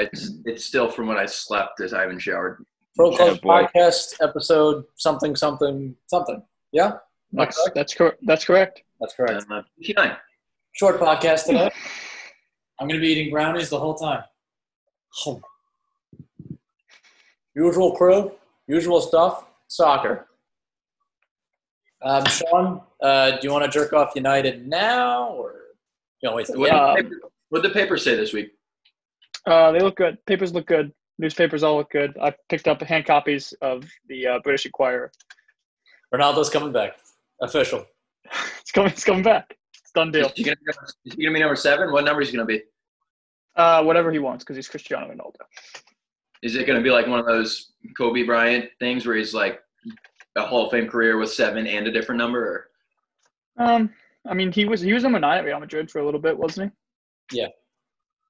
It's it's still from when I slept. Is I haven't showered. Pro Yeah, Clubs boy. podcast episode something something something. Yeah, That's that's cor- that's correct. that's correct. Uh, 59. Short podcast today. I'm gonna be eating brownies the whole time. Oh. Usual crew, usual stuff. Soccer. Um, Sean, uh, do you want to jerk off United now, or you know, wait? till- What Yeah, Um, did the paper, what'd the paper say this week? Uh, they look good. Papers look good. Newspapers all look good. I picked up hand copies of the uh, British Inquirer. Ronaldo's coming back. Official. It's coming. It's coming back. It's done Is deal. he, gonna, is he gonna be number seven? What number is he gonna be? Uh, whatever he wants, because he's Cristiano Ronaldo. Is it gonna be like one of those Kobe Bryant things where he's like a Hall of Fame career with seven and a different number? Or? Um, I mean, he was he was number nine at Real Madrid for a little bit, wasn't he? Yeah.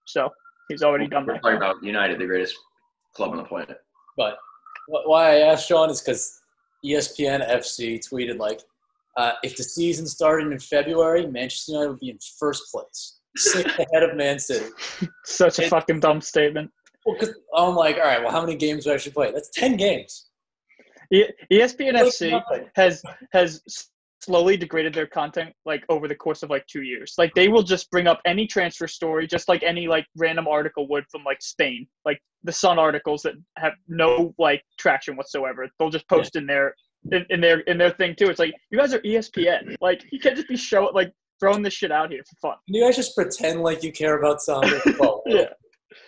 So he's already done We're that. talking about United, the greatest club on the planet. But wh- why I asked Sean is E because ESPN FC tweeted like, uh, if the season started in February, Manchester United would be in first place, sixth ahead of Man City. Such a It- fucking dumb statement. Well, because I'm like, all right, well, how many games do I actually play? That's ten games. E- ESPN That's FC nothing. has has slowly degraded their content like over the course of like two years. Like they will just bring up any transfer story, just like any like random article would from like Spain, like the Sun articles that have no like traction whatsoever. They'll just post in their in, in their in their thing too. It's like you guys are E ESPN. Like you can't just be show like throwing this shit out here for fun. Can you guys just pretend like you care about soccer? Well, Yeah.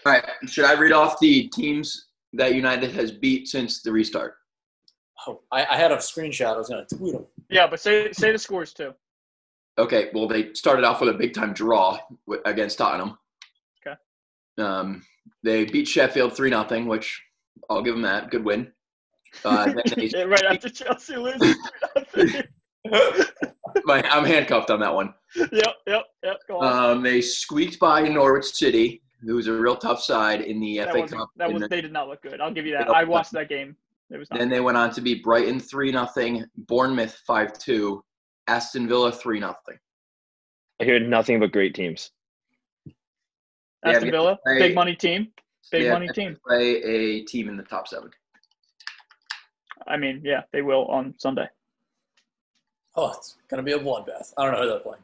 All right. Should I read off the teams that United has beat since the restart? oh, I, I had a screenshot. I was gonna tweet him. Yeah, but say say the scores too. Okay. Well, they started off with a big time draw wi- against Tottenham. Okay. Um, they beat Sheffield three 0 which I'll give them that. Good win. Uh, then they Yeah, Eh, right after Chelsea loses. yep, my, I'm handcuffed on that one. yep, yep. Go on. Um, they squeaked by Norwich City, who's a real tough side in the that FA was, Cup. that and was then- they did not look good. I'll give you that. No. I watched that game. It was not. then they went on to beat Brighton three 0 Bournemouth five two, Aston Villa three 0 I hear nothing but great teams. they have Aston yet Villa, play- big money team, big They have money yet to team. Play a team in the top seven. I mean, yeah, they will on Sunday. Oh, it's gonna be a bloodbath. I don't know who they're playing.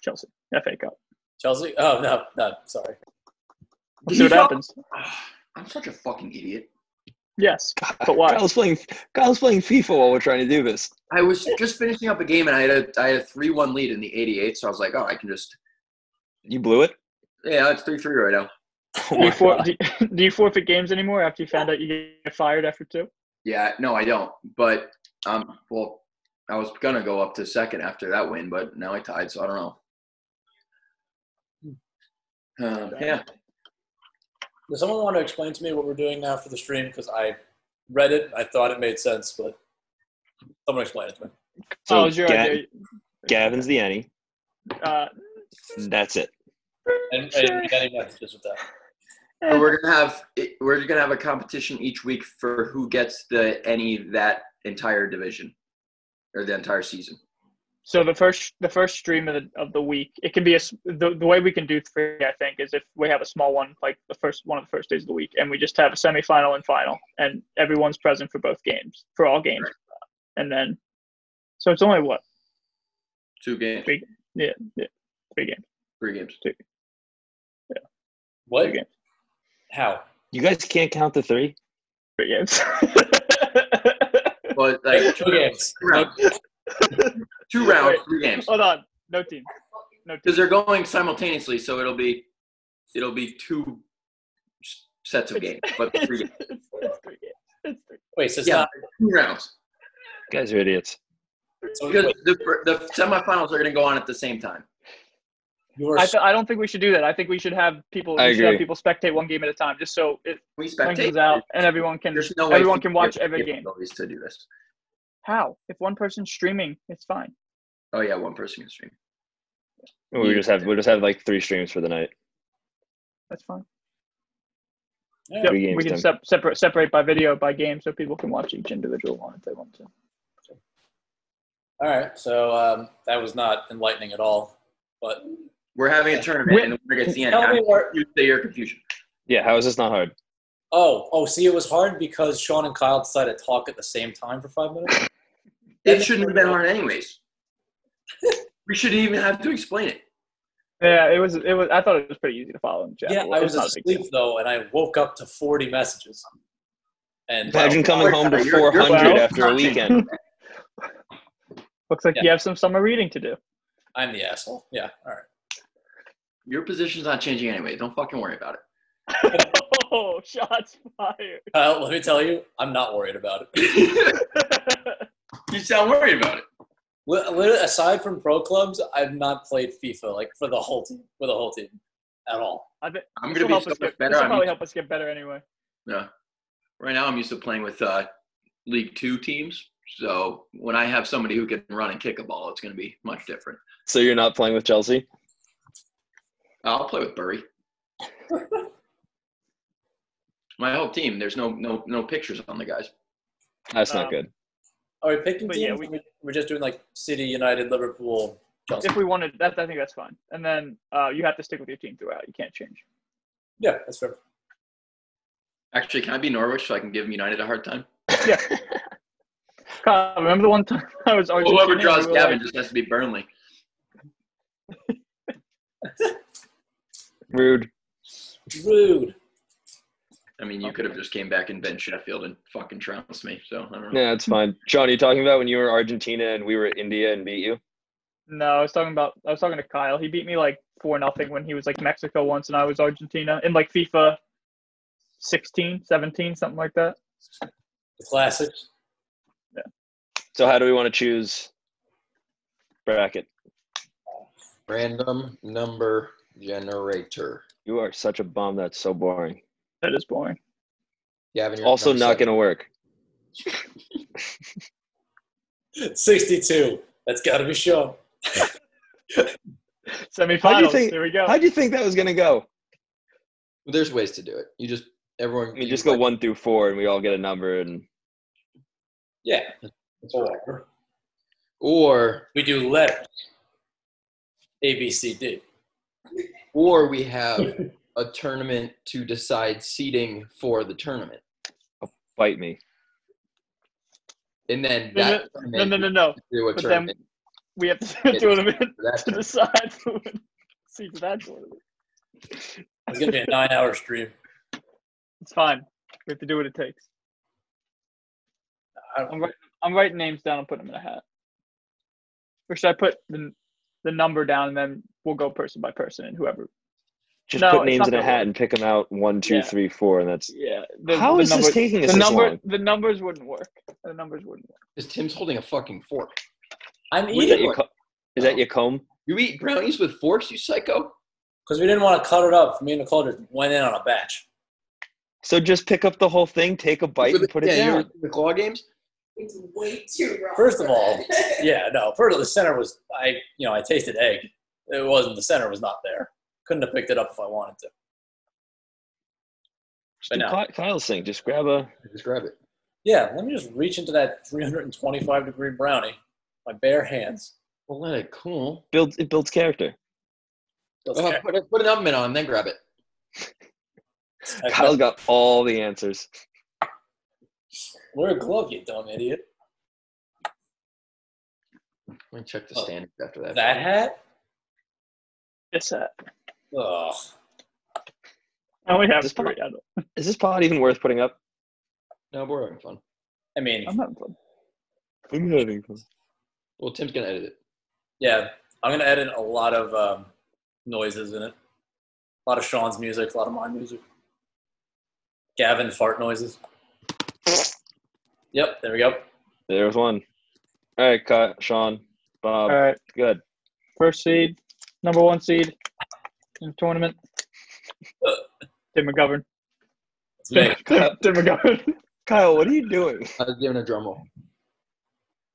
Chelsea FA Cup. Chelsea? Oh no, no, sorry. We'll see what You happens. I'm such a fucking idiot. Yes, Oh but why? Kyle's playing. Kyle's playing FIFA while we're trying to do this. I was just finishing up a game and I had a I had a three one lead in the 88, so I was like, oh, I can just You blew it. yeah, it's three three right now. Oh Do you, my for, God. do, you, do you forfeit games anymore after you found out you get fired after two? Yeah, no, I don't. But um, well, I was gonna go up to second after that win, but now I tied, so I don't know. Um, yeah, Does someone want to explain to me what we're doing now for the stream? Because I read it, I thought it made sense, but someone explain it to me. oh, So it was your Ga- idea. Gavin's the any. Uh, That's it. And, Sure. and any messages with that? So we're gonna have we're gonna have a competition each week for who gets the any that entire division or the entire season. So the first the first stream of the of the week, it can be a s- the, the way we can do three. I think is if we have a small one like the first one of the first days of the week, and we just have a semifinal and final, and everyone's present for both games for all games, and then so it's only what Two games, three games, three games. What? two games, How? You guys can't count the three. three games. But like Two games. two rounds, two rounds, three games. Hold on, no team, no team. because they're going simultaneously, so it'll be it'll be two s- sets of games, but It's, three games. it's- it's three games. It's three. Wait, so it's Yeah. not. two rounds. You guys are idiots. So Because wait, the, the semifinals are going to go on at the same time. you are I, th- I don't think we should do that. I think we should have people. I we should have agree. people spectate one game at a time, just so it We lengthens spectate. out and everyone can. There's no way everyone FIFA can watch gives every people game. abilities to do this. How? If one person's streaming, it's fine. Oh yeah, one person can stream. We just have. We just have like three streams for the night. That's fine. Yeah. Yep, Three games we can done. sep- separate separate by video by game, so people can watch each individual one if they want to. All right, so um, that was not enlightening at all. But We're having a tournament, and the winner gets the end. Tell me I'm where- confused at your confusion. Yeah, how is this not hard? Oh, oh, see, it was hard because Sean and Kyle decided to talk at the same time for five minutes. It shouldn't have been hard anyways. we shouldn't even have to explain it. Yeah, it was. It was. I thought it was pretty easy to follow in Yeah, general. I It's was not a big deal. asleep though, and I woke up to forty messages. And Imagine coming home to You're- you're 400 well. after a weekend. Looks like Yeah. you have some summer reading to do. I'm the asshole. Yeah, all right. Your position's not changing anyway. Don't fucking worry about it. oh, shots fired. Kyle, Uh, let me tell you, I'm not worried about it. you sound worried about it. Li- li- Aside from pro clubs, I've not played FIFA like for the whole team, for the whole team, at all. I bet I'm this gonna will be help so us much get- better. This will I'm probably used- help us get better anyway. yeah. Right now, I'm used to playing with uh, League Two teams. So when I have somebody who can run and kick a ball, it's gonna be much different. so you're not playing with Chelsea? I'll play with Bury. My whole team. There's no no no pictures on the guys. That's not Um, good. Are we picking But teams? yeah, we, are just doing like City, United, Liverpool, Chelsea. If we wanted, that I think that's fine. And then uh, you have to stick with your team throughout. You can't change. Yeah, that's fair. Actually, can I be Norwich so I can give United a hard time? Kyle, remember the one time I was arguing? Whoever draws Gavin just has to be Burnley. Rude. Rude. I mean, you could have just came back and Ben Sheffield and fucking trounced me. So I don't know. Yeah, it's fine. Sean, are you talking about when you were Argentina and we were India and beat you? No, I was talking about. I was talking to Kyle. He beat me like four nothing when he was like Mexico once, and I was Argentina in like FIFA 16, 17, something like that. The classic. So how do we want to choose bracket? Random number generator. You are such a bum. That's so boring. That is boring. Gavin, you're Also, number not seven. going to work. 62. That's got to be shown. Semifinals. think- Here we go. How do you think that was going to go? There's ways to do it. You just everyone. I mean, just go one through four, and we all get a number. And Yeah. That's right. Or Or we do letters. A, B, C, D. or we have a tournament to decide seeding for the tournament, bite me. and then No, that no, tournament no, no, no. do a But then- tournament. We have to do a tournament for that to tournament. decide who wins. See to that tournament. It's going to be a nine hour stream. It's fine. We have to do what it takes. I- I'm, wri- I'm writing names down and putting them in a hat. Or should I put the, the number down and then we'll go person by person and whoever? Just No, put it's names not in a gonna hat work. and pick them out one, two, Yeah. three, four, and that's. Yeah. How is this taking the us this number, long? The numbers wouldn't work. The numbers wouldn't work. Because Tim's holding a fucking fork. I'm Is that eating your, co- is that your comb? You eat brownies with forks, you psycho? because we didn't want to cut it up. Me and Nicole just went in on a batch. So just pick up the whole thing, take a bite, and put it yeah, you down. were in the claw games. It's way too raw. First of for all, that. Yeah, no. Part of the center was I, you know, I tasted egg. It wasn't the center was not there. Couldn't have picked it up if I wanted to. Just But do no. Ky- Kyle's thing. Just grab a. Just grab it. Yeah, let me just reach into that 325 degree brownie, my bare hands. Well, let it cool. Build, it builds character. Let's Oh, put, a- put an oven on, then grab it. I Kyle felt- got all the answers. Wear a glove, you dumb idiot. Let me check the Oh. standards after that. That hat? This hat. Ugh. I only have This three. part- I don't, Is this pod even worth putting up? No, we're having fun. I mean, I'm having fun. I'm having fun. Well, Tim's gonna edit it. yeah, I'm gonna edit a lot of um, noises in it. A lot of Sean's music, a lot of my music. Gavin fart noises. Yep, there we go. There was one. All right, Kyle, Sean, Bob, All right. good. First seed, number one seed in the tournament. Tim McGovern. It's Tim, me. Tim, Tim McGovern. Kyle, what are you doing? I was giving a drum roll.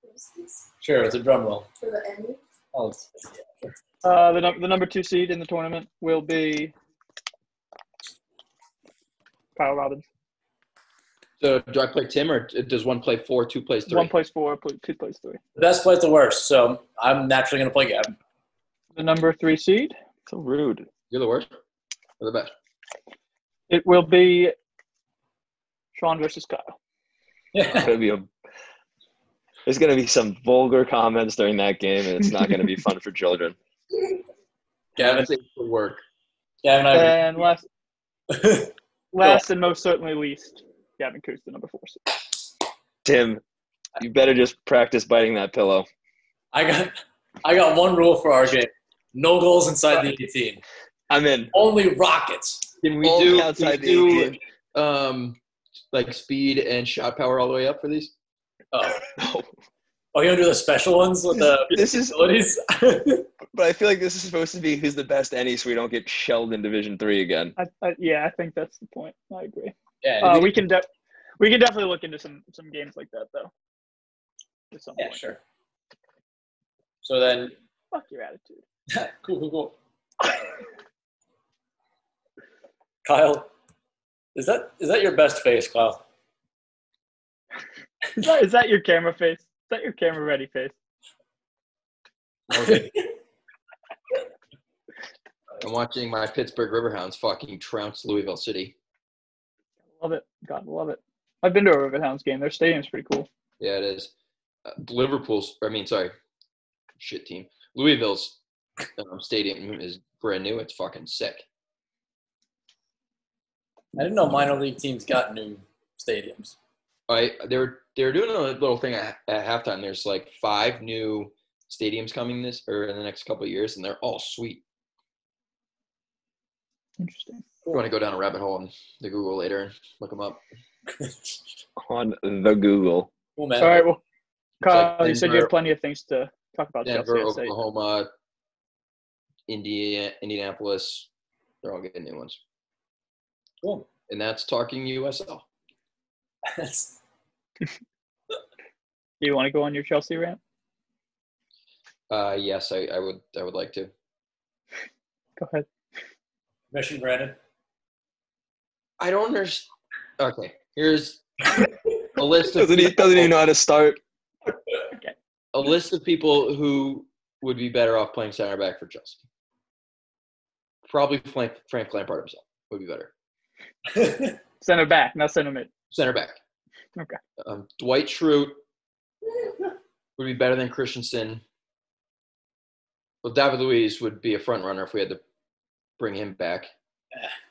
What's this? Sure, it's a drum roll. For the end. Oh, it's- Uh, the, num- the number two seed in the tournament will be Kyle Robbins. So, do I play Tim or t- does one play four, two plays three? One plays four, pl- two plays three. The best plays the worst, so I'm naturally going to play Gavin. The number three seed So rude. You're the worst or the best? It will be Sean versus Kyle. It's gonna be a. There's gonna be some vulgar comments during that game, and it's not gonna be fun for children. Gavin, Safe for work. Gavin, I And last, agree. last and most certainly least, Gavin Coots, the number four. seed. Tim, you better just practice biting that pillow. I got I got one rule for our game: no goals inside the 18. I'm in. Only rockets. Can we Only do, can outside we the do 18. um, like speed and shot power all the way up for these? Oh, oh, you want to do the special ones with the This is, facilities? but I feel like this is supposed to be who's the best any, so we don't get shelled in Division Three again. I, I, yeah, I think that's the point. I agree. yeah, Uh, we can de- we can definitely look into some some games like that though. At some yeah, point. sure. So then, Fuck your attitude. cool, cool, cool. Kyle, is that is that your best face, Kyle? Is that, is that your camera face? Is that your camera ready face? I'm watching my Pittsburgh Riverhounds fucking trounce Louisville City. Love it. God, love it. I've been to a Riverhounds game. Their stadium's pretty cool. Yeah, it is. Uh, Liverpool's, I mean, sorry, shit team. Louisville's um, stadium is brand new. It's fucking sick. I didn't know minor league teams got new stadiums. I they were they were doing a little thing at, at halftime. There's like five new stadiums coming this or in the next couple of years, and they're all sweet. Interesting. You want to go down a rabbit hole on the Google later and look them up. On the Google. Cool, man. All right. Well, It's Kyle, like you said you Denver- have plenty of things to talk about. Denver, Chelsea, I'd say. Oklahoma, Indiana, Indianapolis. They're all getting new ones, Cool. and that's talking USL. That's- Do you want to go on your Chelsea rant? Uh, yes, I, I would I would like to. Go ahead. Mission granted. I don't understand. Okay, here's a list of Doesn't, he, doesn't even know how to start. a list of people who would be better off playing center back for Chelsea. Probably Frank, Frank Lampard himself would be better. Send it back, not send him it. Center back. Okay. Um, Dwight Schrute would be better than Christensen. Well, David Luiz would be a front runner if we had to bring him back.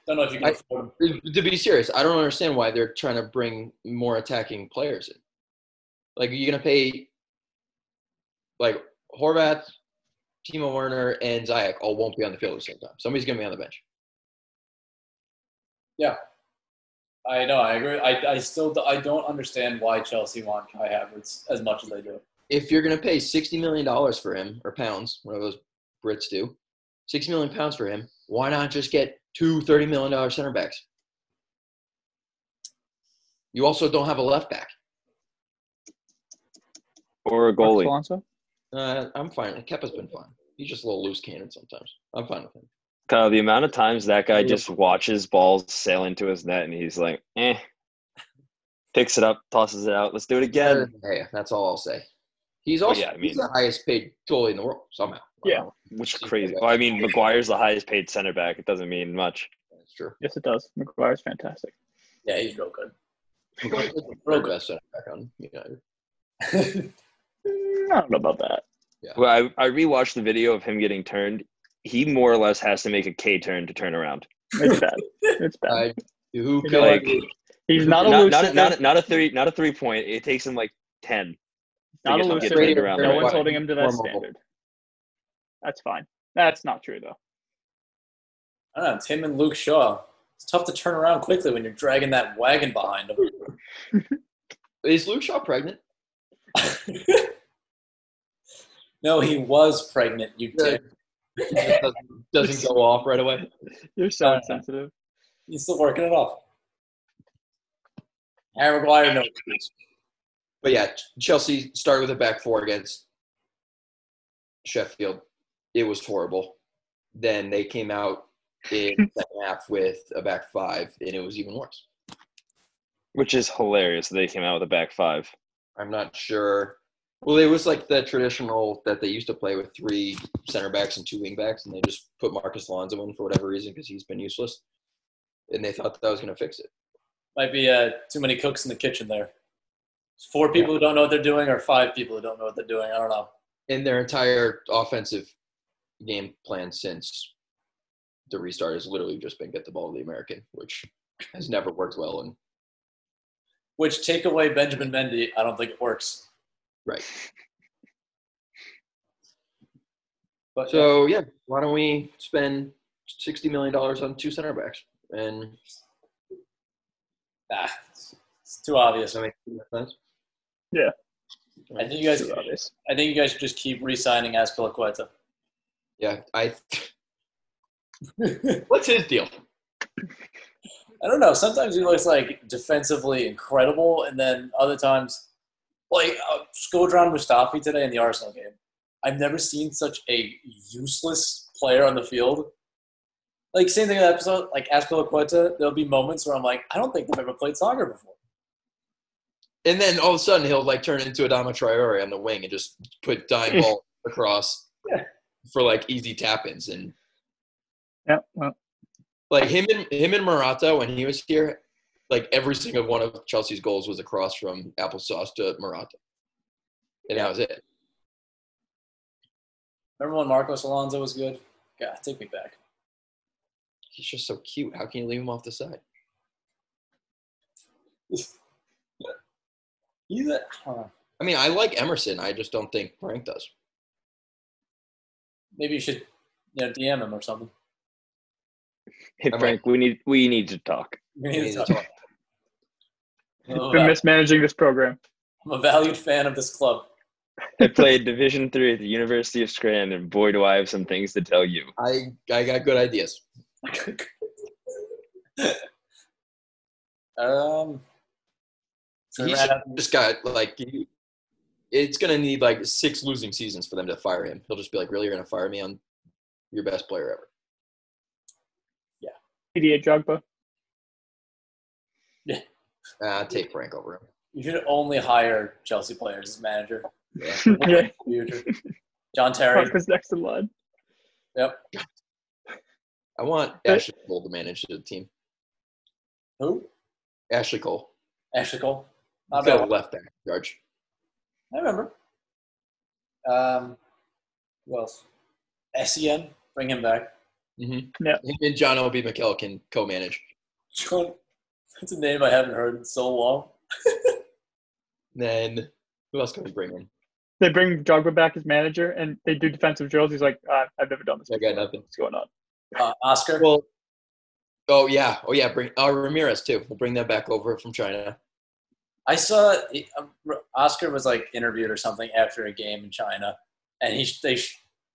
Don't know if you can I- afford them. To be serious, I don't understand why they're trying to bring more attacking players in. Like, are you going to pay, like, Horvath, Timo Werner, and Zayak all won't be on the field at the same time. Somebody's going to be on the bench. I know. I agree. I, I still I don't understand why Chelsea want Kai Havertz as much as they do. If you're going to pay $60 million for him, or pounds, one of those Brits do, $6 million pounds for him, why not just get two $30 million center backs? You also don't have a left back. Or a Marcos goalie. Alonso? Uh, I'm fine. Kepa's been fine. He's just a little loose cannon sometimes. I'm fine with him. Kyle, the amount of times that guy just watches balls sail into his net and he's like, eh. Picks it up, tosses it out. Let's do it Yeah, again. that's all I'll say. He's Well, also yeah, I he's mean- the highest paid goalie in the world somehow. Yeah. Which is crazy. Well, I mean, McGuire's the highest paid center back. It doesn't mean much. that's true. Yes, it does. McGuire's fantastic. Yeah, he's real good. Third best center back on United. Mm, I don't know about that. Well, I, I rewatched the video of him getting turned. He more or less has to make a K turn to turn around. It's bad. It's bad. I, who could know Like He's not a not, loser. not, a- not, a- not a three not a three point. It takes him like ten. Not He a gets- loser. gets turned around. No one's Right. holding him to that Formable. standard. That's fine. That's not true though. I don't know. It's him and Luke Shaw. It's tough to turn around quickly when you're dragging that wagon behind him. is Luke Shaw pregnant? no, he was pregnant. You Yeah. dick. He just doesn't, doesn't go off right away. You're so Uh, insensitive. He's still working it off. Harry Maguire, no. But yeah, Chelsea started with a back four against Sheffield. It was horrible. Then they came out in the second half with a back five, and it was even worse. Which is hilarious. that They came out with a back five. I'm not sure. Well, it was like the traditional that they used to play with three center backs and two wing backs, and they just put Marcus Alonso in for whatever reason because he's been useless. and they thought that was going to fix it. Might be uh, too many cooks in the kitchen there. Four people who don't know what they're doing, or five people who don't know what they're doing. I don't know. And their entire offensive game plan since the restart has literally just been get the ball to the American, which has never worked well. And Which take away Benjamin Mendy, I don't think it works. Right. But yeah, so, yeah, why don't we spend sixty million dollars on two center backs? And nah, it's, it's too obvious. does that make sense? I think you guys, Too obvious. I think you guys should just keep re-signing Azpilicueta. Yeah, I. I What's his deal? don't know. Sometimes he looks like defensively incredible, and then other times, like uh, Skodran Mustafi today in the Arsenal game. I've never seen such a useless player on the field. Like same thing in that episode, like Azpilicueta. There'll be moments where I'm like, I don't think they've ever played soccer before. And then all of a sudden he'll like turn into Adama Traore on the wing and just put dime ball across Yeah. for like easy tap ins and Yeah, well, like him and him and Murata when he was here, like every single one of Chelsea's goals was across from applesauce to Murata, and that was it. Remember when Marcos Alonso was good? God, take me back. He's just so cute. How can you leave him off the side? He's a, I don't know. I mean, I like Emerson. I just don't think Frank does. Maybe you should, you know, DM him or something. Hey I might- Frank, we need we need to talk. We I need mean, to it's talk. all- I'm a been val- mismanaging this program. I'm a valued fan of this club. I played Division Three at the University of Scranton, and boy, do I have some things to tell you. I I got good ideas. um, so we He's ran out- just got like he- it's gonna need like six losing seasons for them to fire him. He'll just be like, really, you're gonna fire me on your best player ever. PDA Drogba. Uh, take Frank over him. you should only hire Chelsea players as manager. yeah, Future. John Terry. Frank was next in line. I want But- Ashley Cole to manage the team. Who? Ashley Cole, Ashley Cole. Not He's bad. got a left back charge. I remember. Um, who else? Sen. Bring him back. Mm-hmm. Yeah. Him and John Obi Mikel can co-manage. John. That's a name I haven't heard in so long. Then who else can we bring in? They bring Drogba back as manager, and they do defensive drills. He's like, uh, I've never done this. I got nothing. What's going on? Uh, Oscar. Well, oh yeah, oh yeah. Bring uh, Ramirez too. We'll bring them back over from China. I saw um, Oscar was like interviewed or something after a game in China, and he they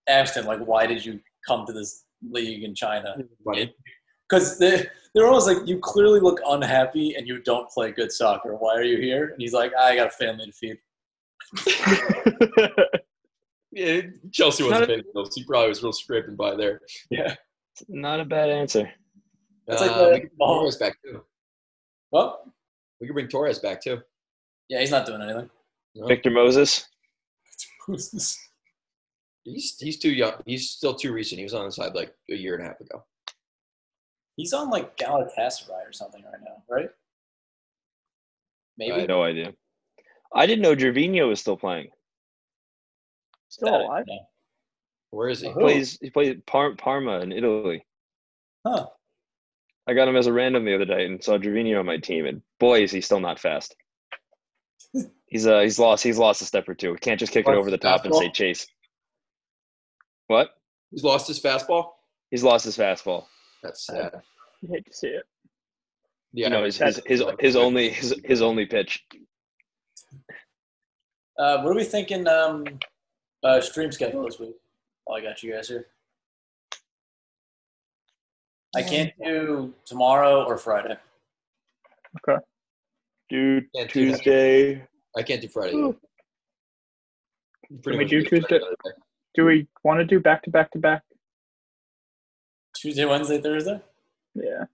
asked him like, "Why did you come to this league in China?" Funny. Because they they're always like, "You clearly look unhappy and you don't play good soccer. Why are you here?" And he's like, "I got a family to feed." Yeah, Chelsea wasn't paying the bills. He probably was real scraping by there. Not a bad answer. It's like Uh, the- we can bring Torres back too. Well, We can bring Torres back too. yeah, he's not doing anything. No? Victor Moses. He's he's too young. He's still too recent. He was on the side like a year and a half ago. he's on like Galatasaray or something right now, right? I Maybe. had no idea. I didn't know Gervinho was still playing. Still alive? No. Where is he? Who? plays he plays Par- Parma in Italy. Huh. I got him as a random the other day and saw Gervinho on my team, and boy, is he still not fast. he's uh he's lost he's lost a step or two. We can't just kick it Lost over the his top and say fastball? chase. What? He's lost his fastball. He's lost his fastball. That's sad. You hate to see it. Yeah, you know, his his, that's- his his only his his only pitch. Uh, what are we thinking? Um, uh, stream schedule this week. While I got you guys here. I can't do tomorrow or Friday. Dude, Can't do that. Tuesday. I can't do Friday. either. Can we much do just Tuesday? Friday. Do we want to do back to back to back? Tuesday, Wednesday, Thursday. Yeah,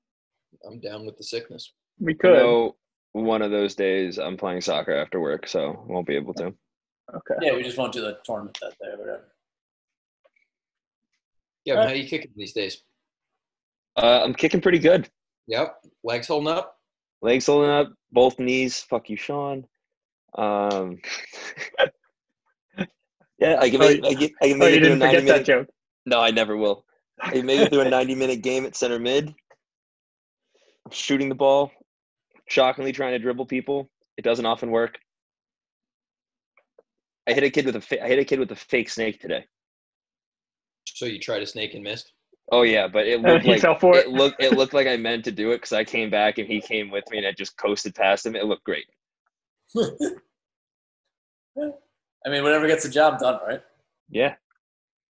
I'm down with the sickness. we You could. know, one of those days I'm playing soccer after work, so won't be able to. Okay. Yeah, we just won't do the tournament that day or whatever. Yeah, but how you kicking these days? Uh, I'm kicking pretty good. Yep. Legs holding up. Legs holding up, both knees. Fuck you, Sean. Um, yeah, I can Oh, make, I can, I can Oh, you make it through a didn't 90 forget that minute. joke. No, I never will. I can make it through a 90 minute game at center mid. I'm shooting the ball, shockingly trying to dribble people. It doesn't often work. I hit a kid with a fa- I hit a kid with a fake snake today. So you tried a snake and missed. Oh yeah, but it Uh, looked he like fell for it. it looked it looked like I meant to do it because I came back and he came with me and I just coasted past him. It looked great. I mean, whatever gets the job done, right? Yeah,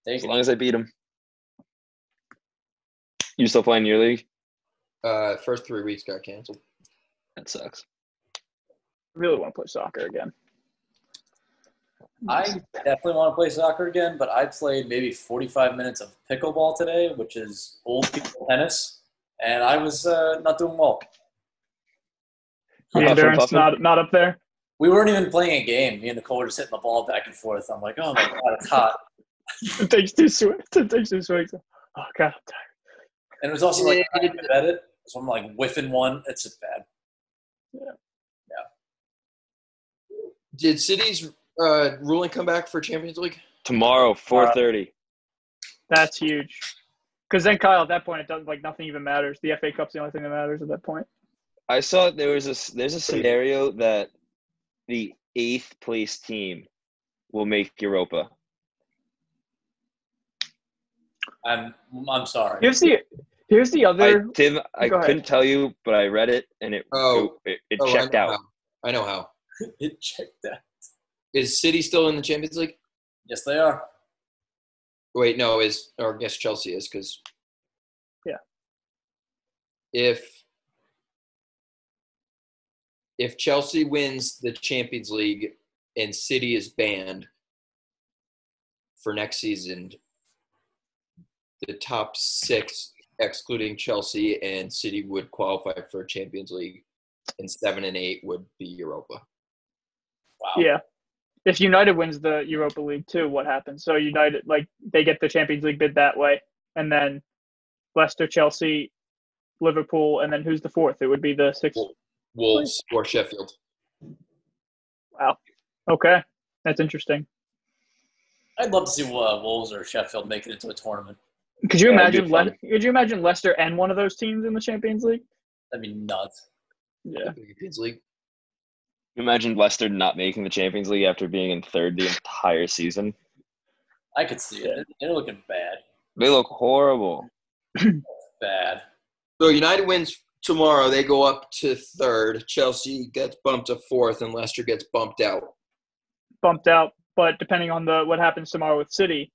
Take as it. long as I beat him. You still playing your league? Uh, first three weeks got canceled. That sucks. really want to play soccer again. I definitely want to play soccer again, but I played maybe 45 minutes of pickleball today, which is old people tennis, and I was uh, not doing well. The Huffing, endurance puffing? not not up there. We weren't even playing a game. Me and Nicole were just hitting the ball back and forth. I'm like, oh my god, it's hot. It takes two swings. It takes two swings. Oh god, And it was also like I had to it, so I'm like whiffing one. It's just bad. Did City's uh, ruling come back for Champions League? Tomorrow, four thirty. that's huge. Because then Kyle, at that point, it doesn't like nothing even matters. The FA Cup's the only thing that matters at that point. I saw there was a s- there's a scenario that the eighth place team will make Europa. I'm I'm sorry. Here's the here's the I other. Tim, I Go ahead. couldn't tell you, but I read it and it Oh. it, it Oh, I checked know out. how. I know how. It checked out. Is City still in the Champions League? Yes, they are. Wait, no, is or I guess Chelsea is because Yeah. If if Chelsea wins the Champions League and City is banned for next season, the top six, excluding Chelsea and City, would qualify for Champions League, and seven and eight would be Europa. Wow. Yeah. If United wins the Europa League too, what happens? So United like they get the Champions League bid that way, and then Leicester, Chelsea, Liverpool, and then who's the fourth? It would be the sixth. Wolves or Sheffield. Okay, that's interesting. I'd love to see uh, Wolves or Sheffield make it into a tournament. Could you Yeah, that'd be imagine? Le- fun. could you imagine Leicester and one of those teams in the Champions League? That'd be nuts. Yeah. Champions League. Imagine Leicester not making the Champions League after being in third the entire season. I could see it. They're looking bad, They look horrible. bad. So United wins tomorrow. They go up to third. Chelsea gets bumped to fourth, and Leicester gets bumped out. Bumped out, but depending on the what happens tomorrow with City,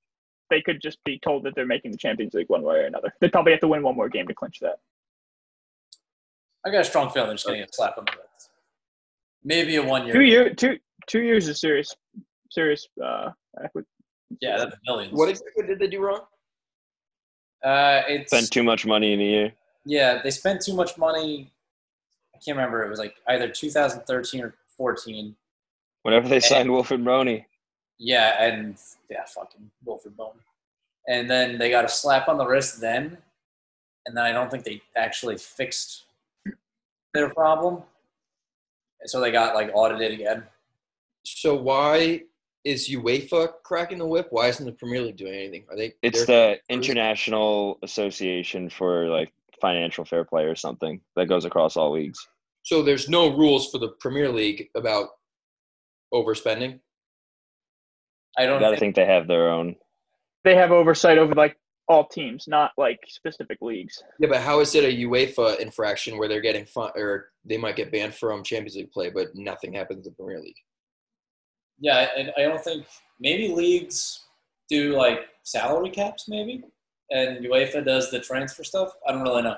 they could just be told that they're making the Champions League one way or another. They probably have to win one more game to clinch that. I got a strong feeling they're just going to get slapped on the wrist. Maybe a one Two year. year, two two years is serious, serious. Uh, equi- Yeah, that's millions. What exactly did they do wrong? Uh, it's Spent too much money in a year. yeah. They spent too much money. I can't remember. It was like either 2013 or 14. Whenever they signed Wilfred Boney, Yeah, and yeah, fucking Wilfred Bone. And then they got a slap on the wrist then, and then I don't think they actually fixed their problem. And so they got like audited again. So why is UEFA cracking the whip? Why isn't the Premier League doing anything? Are they? it's they're- the International Association for like Financial Fair Play or something that goes across all leagues. so there's no rules for the Premier League about overspending. I I don't gotta think, think they have their own. they have oversight over like all teams, not like specific leagues. Yeah, but how is it a UEFA infraction where they're getting fun or they might get banned from Champions League play, but nothing happens in the Premier League? yeah, and I don't think maybe leagues do like salary caps, maybe, and UEFA does the transfer stuff. I don't really know.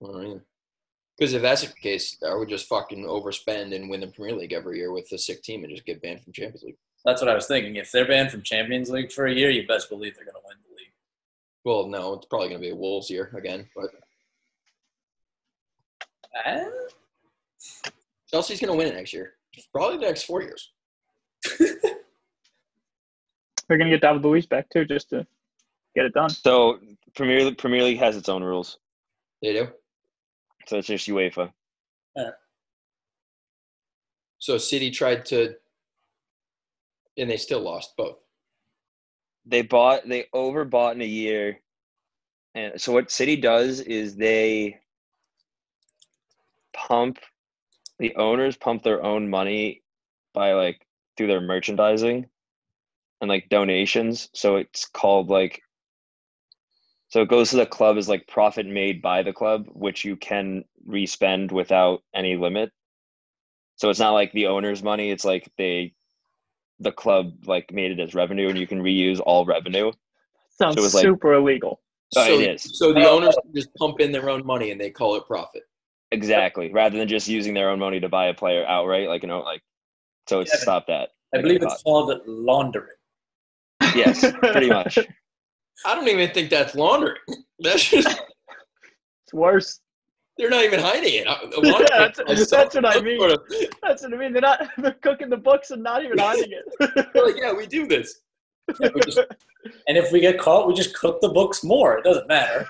Because if that's the case, I would just fucking overspend and win the Premier League every year with the sick team and just get banned from Champions League. That's what I was thinking. If they're banned from Champions League for a year, you best believe they're gonna win the league. Well, no, it's probably going to be a Wolves year again. But Ah? Chelsea's going to win it next year. Probably the next four years. They're gonna get David Luiz back too, just to get it done. So Premier Premier League has its own rules. They do. So it's just UEFA. So City tried to, and they still lost both. They bought they overbought in a year. And so what City does is they pump the owners pump their own money by like through their merchandising and like donations. So it's called like so it goes to the club as like profit made by the club, which you can respend without any limit. So it's not like the owner's money, it's like they the club like made it as revenue and you can reuse all revenue. Sounds So it was like- super illegal. Oh, so, it is. so the Oh. owners just pump in their own money and they call it profit. Exactly. Rather than just using their own money to buy a player outright, like you know, like so it's Yeah. stop that. I believe it's called laundering. Yes, pretty much. I don't even think that's laundering. That's just It's worse. they're not even hiding it. I- Yeah, laundering that's- is that's what I some mean. sort of- That's what I mean. They're not they're cooking the books and not even hiding they're it. like, yeah, we do this. Yeah, we just- And if we get caught, we just cook the books more. It doesn't matter.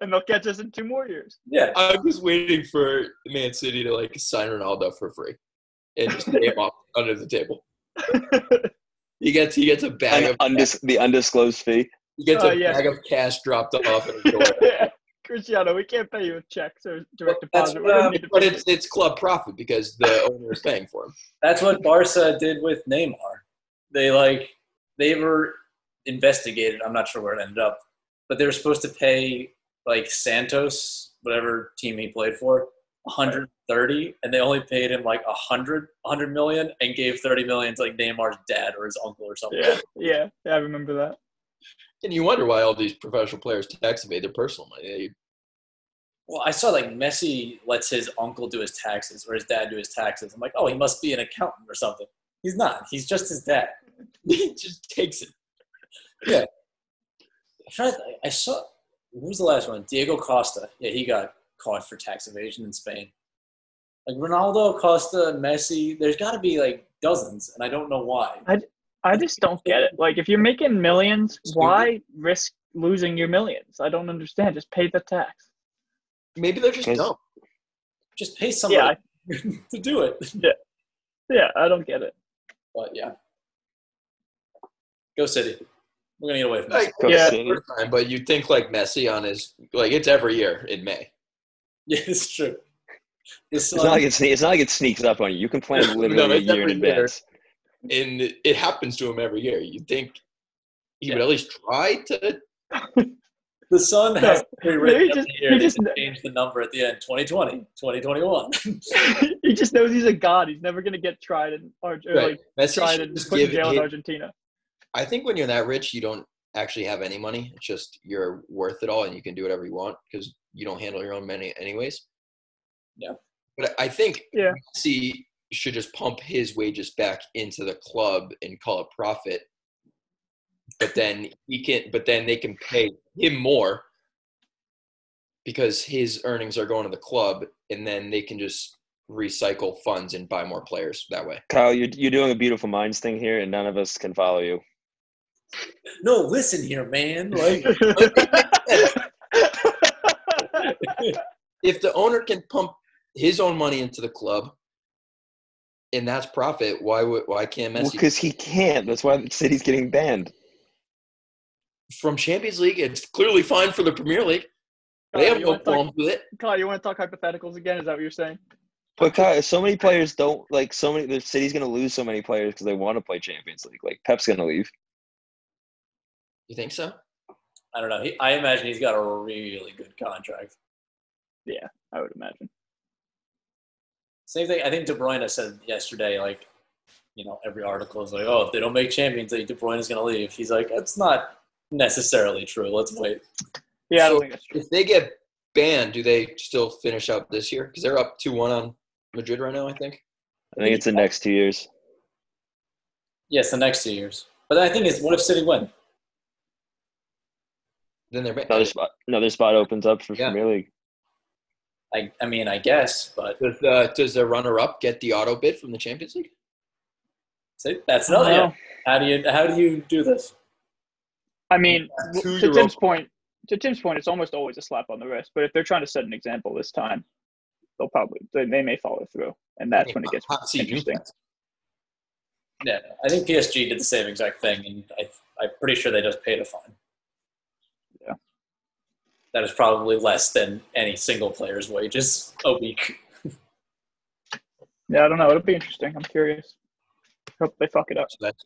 and they'll catch us in two more years. Yeah. I'm just waiting for Man City to like sign Ronaldo for free and just pay him off under the table. He gets he gets a bag An of undis- the undisclosed fee. he gets Oh, a yeah. bag of cash dropped off at a door. Cristiano, we can't pay you with checks or direct That's, deposit. We don't um, need to But pay it's it's club profit because the owner is paying for him. That's what Barca did with Neymar. They like they were investigated. I'm not sure where it ended up, but they were supposed to pay like Santos, whatever team he played for, 130, and they only paid him like 100, 100 million, and gave 30 million to like Neymar's dad or his uncle or something. Yeah, yeah, yeah, I remember that. And you wonder why all these professional players tax evade their personal money. They- Well, I saw like Messi lets his uncle do his taxes or his dad do his taxes. I'm like, oh, he must be an accountant or something. He's not. He's just his dad. he just takes it. I'm trying to think. I saw who was the last one? Diego Costa. Yeah, he got caught for tax evasion in Spain. Like Ronaldo, Costa, Messi. There's got to be like dozens, and I don't know why. I just don't get it. Like, if you're making millions, why risk losing your millions? I don't understand. Just pay the tax. Maybe they're just Yes. dumb. Just pay Yeah, somebody I, to do it. yeah, I don't get it. But yeah, go City. We're gonna get away from this. Like, Go Yeah. City. first time, but you think like Messi on his like it's every year in May. Yeah, it's true. The It's not sun, like it's, it's not like it sneaks up on you. You can plan literally a it's year in every year. advance. and it- it happens to him every year. You think he would Yeah. at least try to? the sun has to be Maybe written just- every year. he They just- just change the number at the end. 2020, 2021. he just knows he's a god. He's never gonna get tried in Ar- or, Right. like Messi tried should and just put in give jail in him- Argentina. I think when you're that rich, you don't actually have any money. It's just you're worth it all, and you can do whatever you want because you don't handle your own money anyways. Yeah. But I think Yeah. Messi should just pump his wages back into the club and call it profit. But then he can. But then they can pay him more because his earnings are going to the club, and then they can just recycle funds and buy more players that way. Kyle, you're, you're doing a beautiful minds thing here, and none of us can follow you. No, listen here, man. Like, if the owner can pump his own money into the club and that's profit, why would why can't Messi Because he can't. That's why the city's getting banned. from Champions League? It's clearly fine for the Premier League. They Kyle, have Oh, you no wanna talk- problems with it. Kyle, you want to talk hypotheticals again? Is that what you're saying? But Kyle, so many players don't like so many. The city's going to lose so many players because they want to play Champions League. Like Pep's going to leave. You think so? I don't know. He, I imagine he's got a really good contract. I would imagine. Same thing. I think De Bruyne said yesterday, like, you know, every article is like, oh, if they don't make Champions League, De Bruyne is going to leave. He's like, that's not necessarily true. Let's wait. Yeah, I So- don't think that's true. If they get banned, do they still finish up this year? Because they're up two one on Madrid right now, I think. I think it's the next two years. Yes, the next two years. But I think is, what if City win? Then they're banned. Another spot. Another spot opens up for Yeah. Premier League. I, I mean, I guess, but Does the does the runner up get the auto bid from the Champions League? see, that's not No. How do you how do you do this? I mean, Two to year old Tim's point, to Tim's point, it's almost always a slap on the wrist. But if they're trying to set an example this time, they'll probably they, they may follow through, and that's when it gets Hot seat interesting. impact. Yeah, I think PSG did the same exact thing, and I, I'm pretty sure they just paid a fine. Yeah. That is probably less than any single player's wages a week. Yeah, I don't know. It'll be interesting. I'm curious. Hope they fuck it up. So that's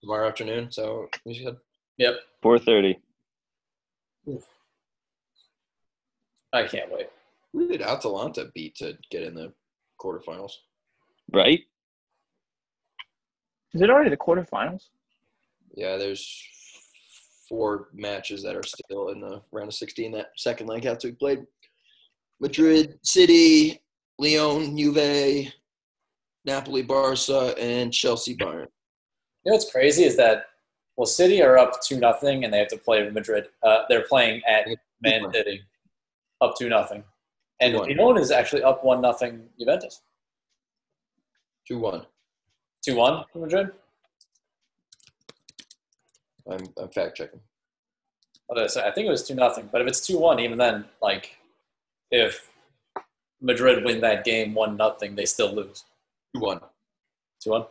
tomorrow afternoon. So you said Yep, Four thirty. I can't wait. we did Atalanta beat to get in the quarterfinals. Right? Is it already the quarterfinals? Yeah, there's four matches that are still in the round of 16. That second leg has to be played. Madrid, City, Lyon, Juve, Napoli, Barca, and Chelsea, Bayern. You know what's crazy is that well, City are up two nothing, and they have to play Madrid. Uh, they're playing at Man City, up two nothing, and One. Lyon is actually up one nothing Juventus 2 1. two one Madrid. I'm, I'm fact checking. Although, so I think it was two nothing. But if it's two one, even then, like if Madrid win that game one nothing, they still lose 2 1. two one. 2-1.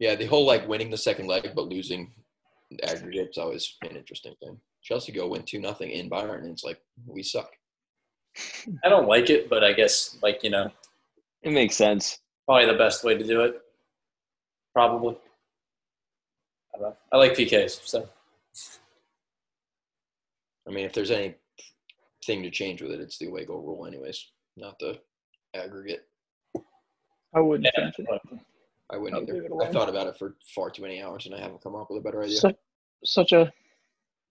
Yeah, the whole like winning the second leg but losing the aggregate's always an interesting thing. Chelsea go win 2 nothing in Bayern, and it's like, we suck. I don't like it, but I guess like you know It makes sense. probably the best way to do it. Probably. I don't know. I like PKs, so I mean, if there's any thing to change with it, it's the away goal rule, anyways, not the aggregate. I wouldn't yeah. change it. I wouldn't I'll either. leave it I've alone. thought about it for far too many hours, and I haven't come up with a better idea. Such, such a,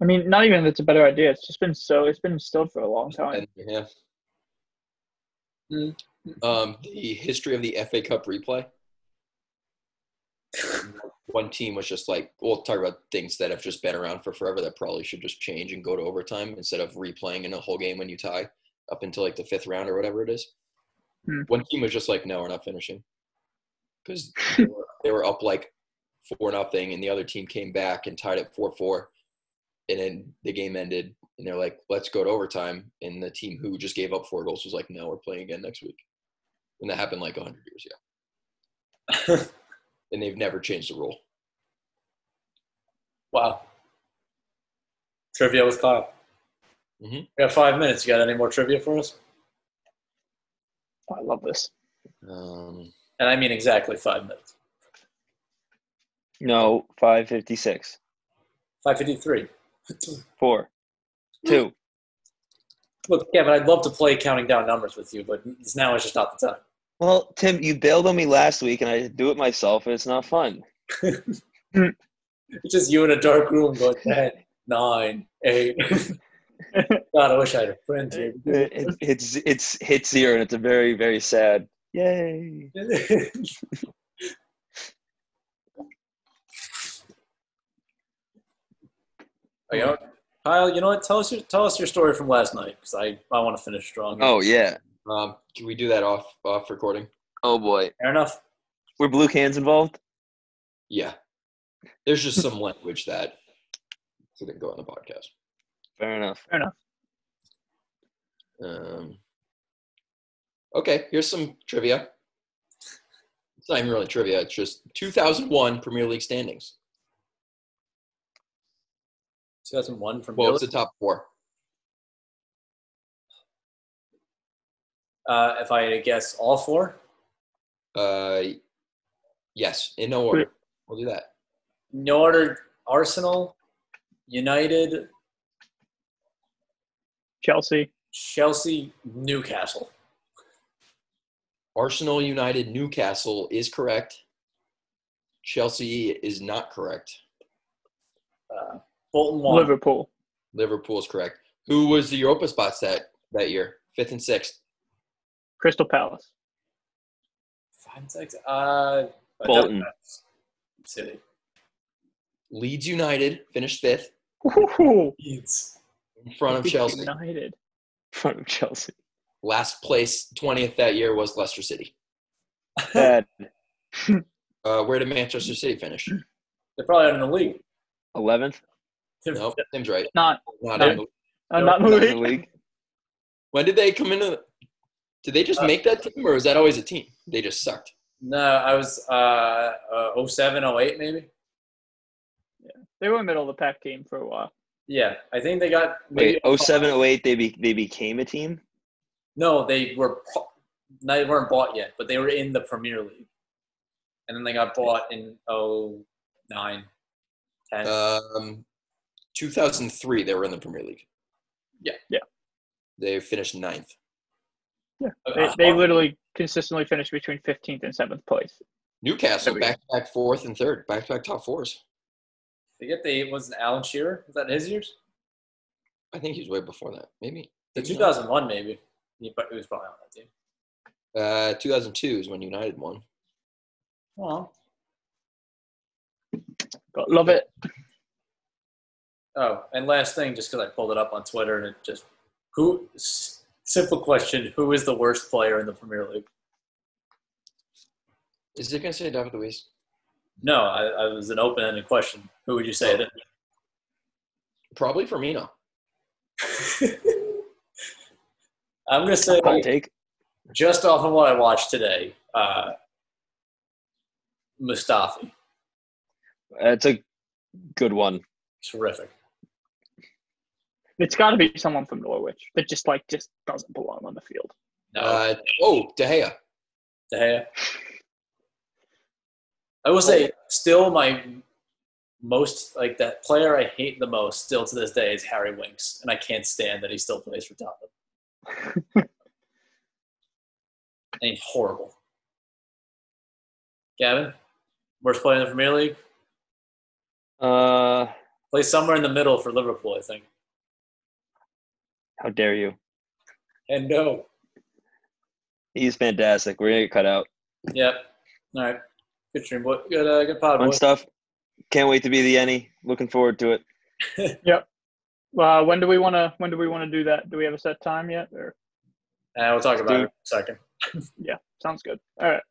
I mean, not even that it's a better idea. It's just been so. It's been instilled for a long time. And, yeah. Mm. Um, the history of the FA Cup replay. One team was just like, we'll talk about things that have just been around for forever that probably should just change and go to overtime instead of replaying in a whole game when you tie up until like the fifth round or whatever it is. Hmm. One team was just like, no, we're not finishing because they, were- they were up like four nothing, and the other team came back and tied it four four, and then the game ended and they're like, let's go to overtime. And the team who just gave up four goals was like, no, we're playing again next week. And that happened like 100 years ago. And they've never changed the rule. wow. Trivia with Kyle. Mhm. We got five minutes. You got any more trivia for us? I love this. Um, And I mean exactly five minutes. No, five fifty six. Five fifty three. Four. Two. Look, Kevin, I'd love to play counting down numbers with you, but it's- now is just not the time. Well, Tim, you bailed on me last week and I do it myself and it's not fun. It's just you in a dark room going ten, nine, eight. God, I wish I had a friend here. It, it, it's it's hit zero and it's a very, very sad Yay. Okay, Kyle, you know what? Tell us your tell us your story from last night because I, I want to finish strong. Oh yeah. um, can we do that off off recording? Oh boy. fair enough. Were blue cans involved? Yeah. There's just some language that didn't go on the podcast. Fair enough. Um, okay, here's some trivia. It's not even really trivia. It's just 2001 Premier League standings. 2001 from Well, Billy. it's the top four. uh, if I had to guess, all four. Uh, yes, in no order. We'll do that. No order: Arsenal, United, Chelsea. Chelsea, Newcastle. Arsenal United Newcastle is correct. Chelsea is not correct. Uh, Bolton won. Liverpool. Liverpool is correct. Who was the Europa spots that that year? Fifth and sixth. Crystal Palace. Five and six. Uh, Bolton. City. Leeds United finished fifth Woo-hoo. Leeds. in front of Chelsea. United. In front of Chelsea. Last place, 20th that year was Leicester City. Bad. Uh, where did Manchester City finish? They're probably out in the league. Eleventh No, Tim's right. Not, Not No. in the- uh, not in the league. league. When did they come into? Did they just Uh, make that team, or was that always a team? They just sucked. No, I was uh, uh 07, 08 maybe. They were a middle of the pack team for a while. Yeah, I think they got Wait, maybe 07, 08, They be, they became a team. No, oh they were pro- no, they weren't bought yet, but they were in the Premier League, and then they got bought in 09, 10. Um, 2003, they were in the Premier League. Yeah. Yeah. They finished ninth. Uh, Ah. They, they literally consistently finished between 15th and 7th place. There Newcastle we go. back to back fourth and third, back to back top fours. They get the was it Alan Shearer? Was that his years? I think he was way before that. Maybe. The maybe 2001 maybe. Yeah, but it was probably on that team. not. Uh, 2002 is when United won. Well, But love it. oh, and last thing, just because I pulled it up on Twitter and it just who s- simple question: Who is the worst player in the Premier League? Is it going to say David Luiz? No, I, I was an open-ended question. Who would you say it Probably Firmino. is? I'm gonna say Hot take. just off of what I watched today, uh, Mustafi, That's a good one. terrific. It's got to be someone from Norwich that just like just doesn't belong on the field. No, Uh, oh, De Gea. De Gea. I will say, still my most like that player I hate the most, still to this day, is Harry Winks, and I can't stand that he still plays for Tottenham. and he's horrible. Gavin, worst player in the Premier League. Uh, Play somewhere in the middle for Liverpool, I think. how dare you? And no. He's fantastic. We're gonna get cut out. Yep. All right. Good stream, boy. Good, uh, good pod, Fun boy. stuff. Can't wait to be the any. Looking forward to it. Uh, when do we want to? When do we want to do that? Do we have a set time yet? Or And we'll talk about it in Dude. a second. sounds good. All right.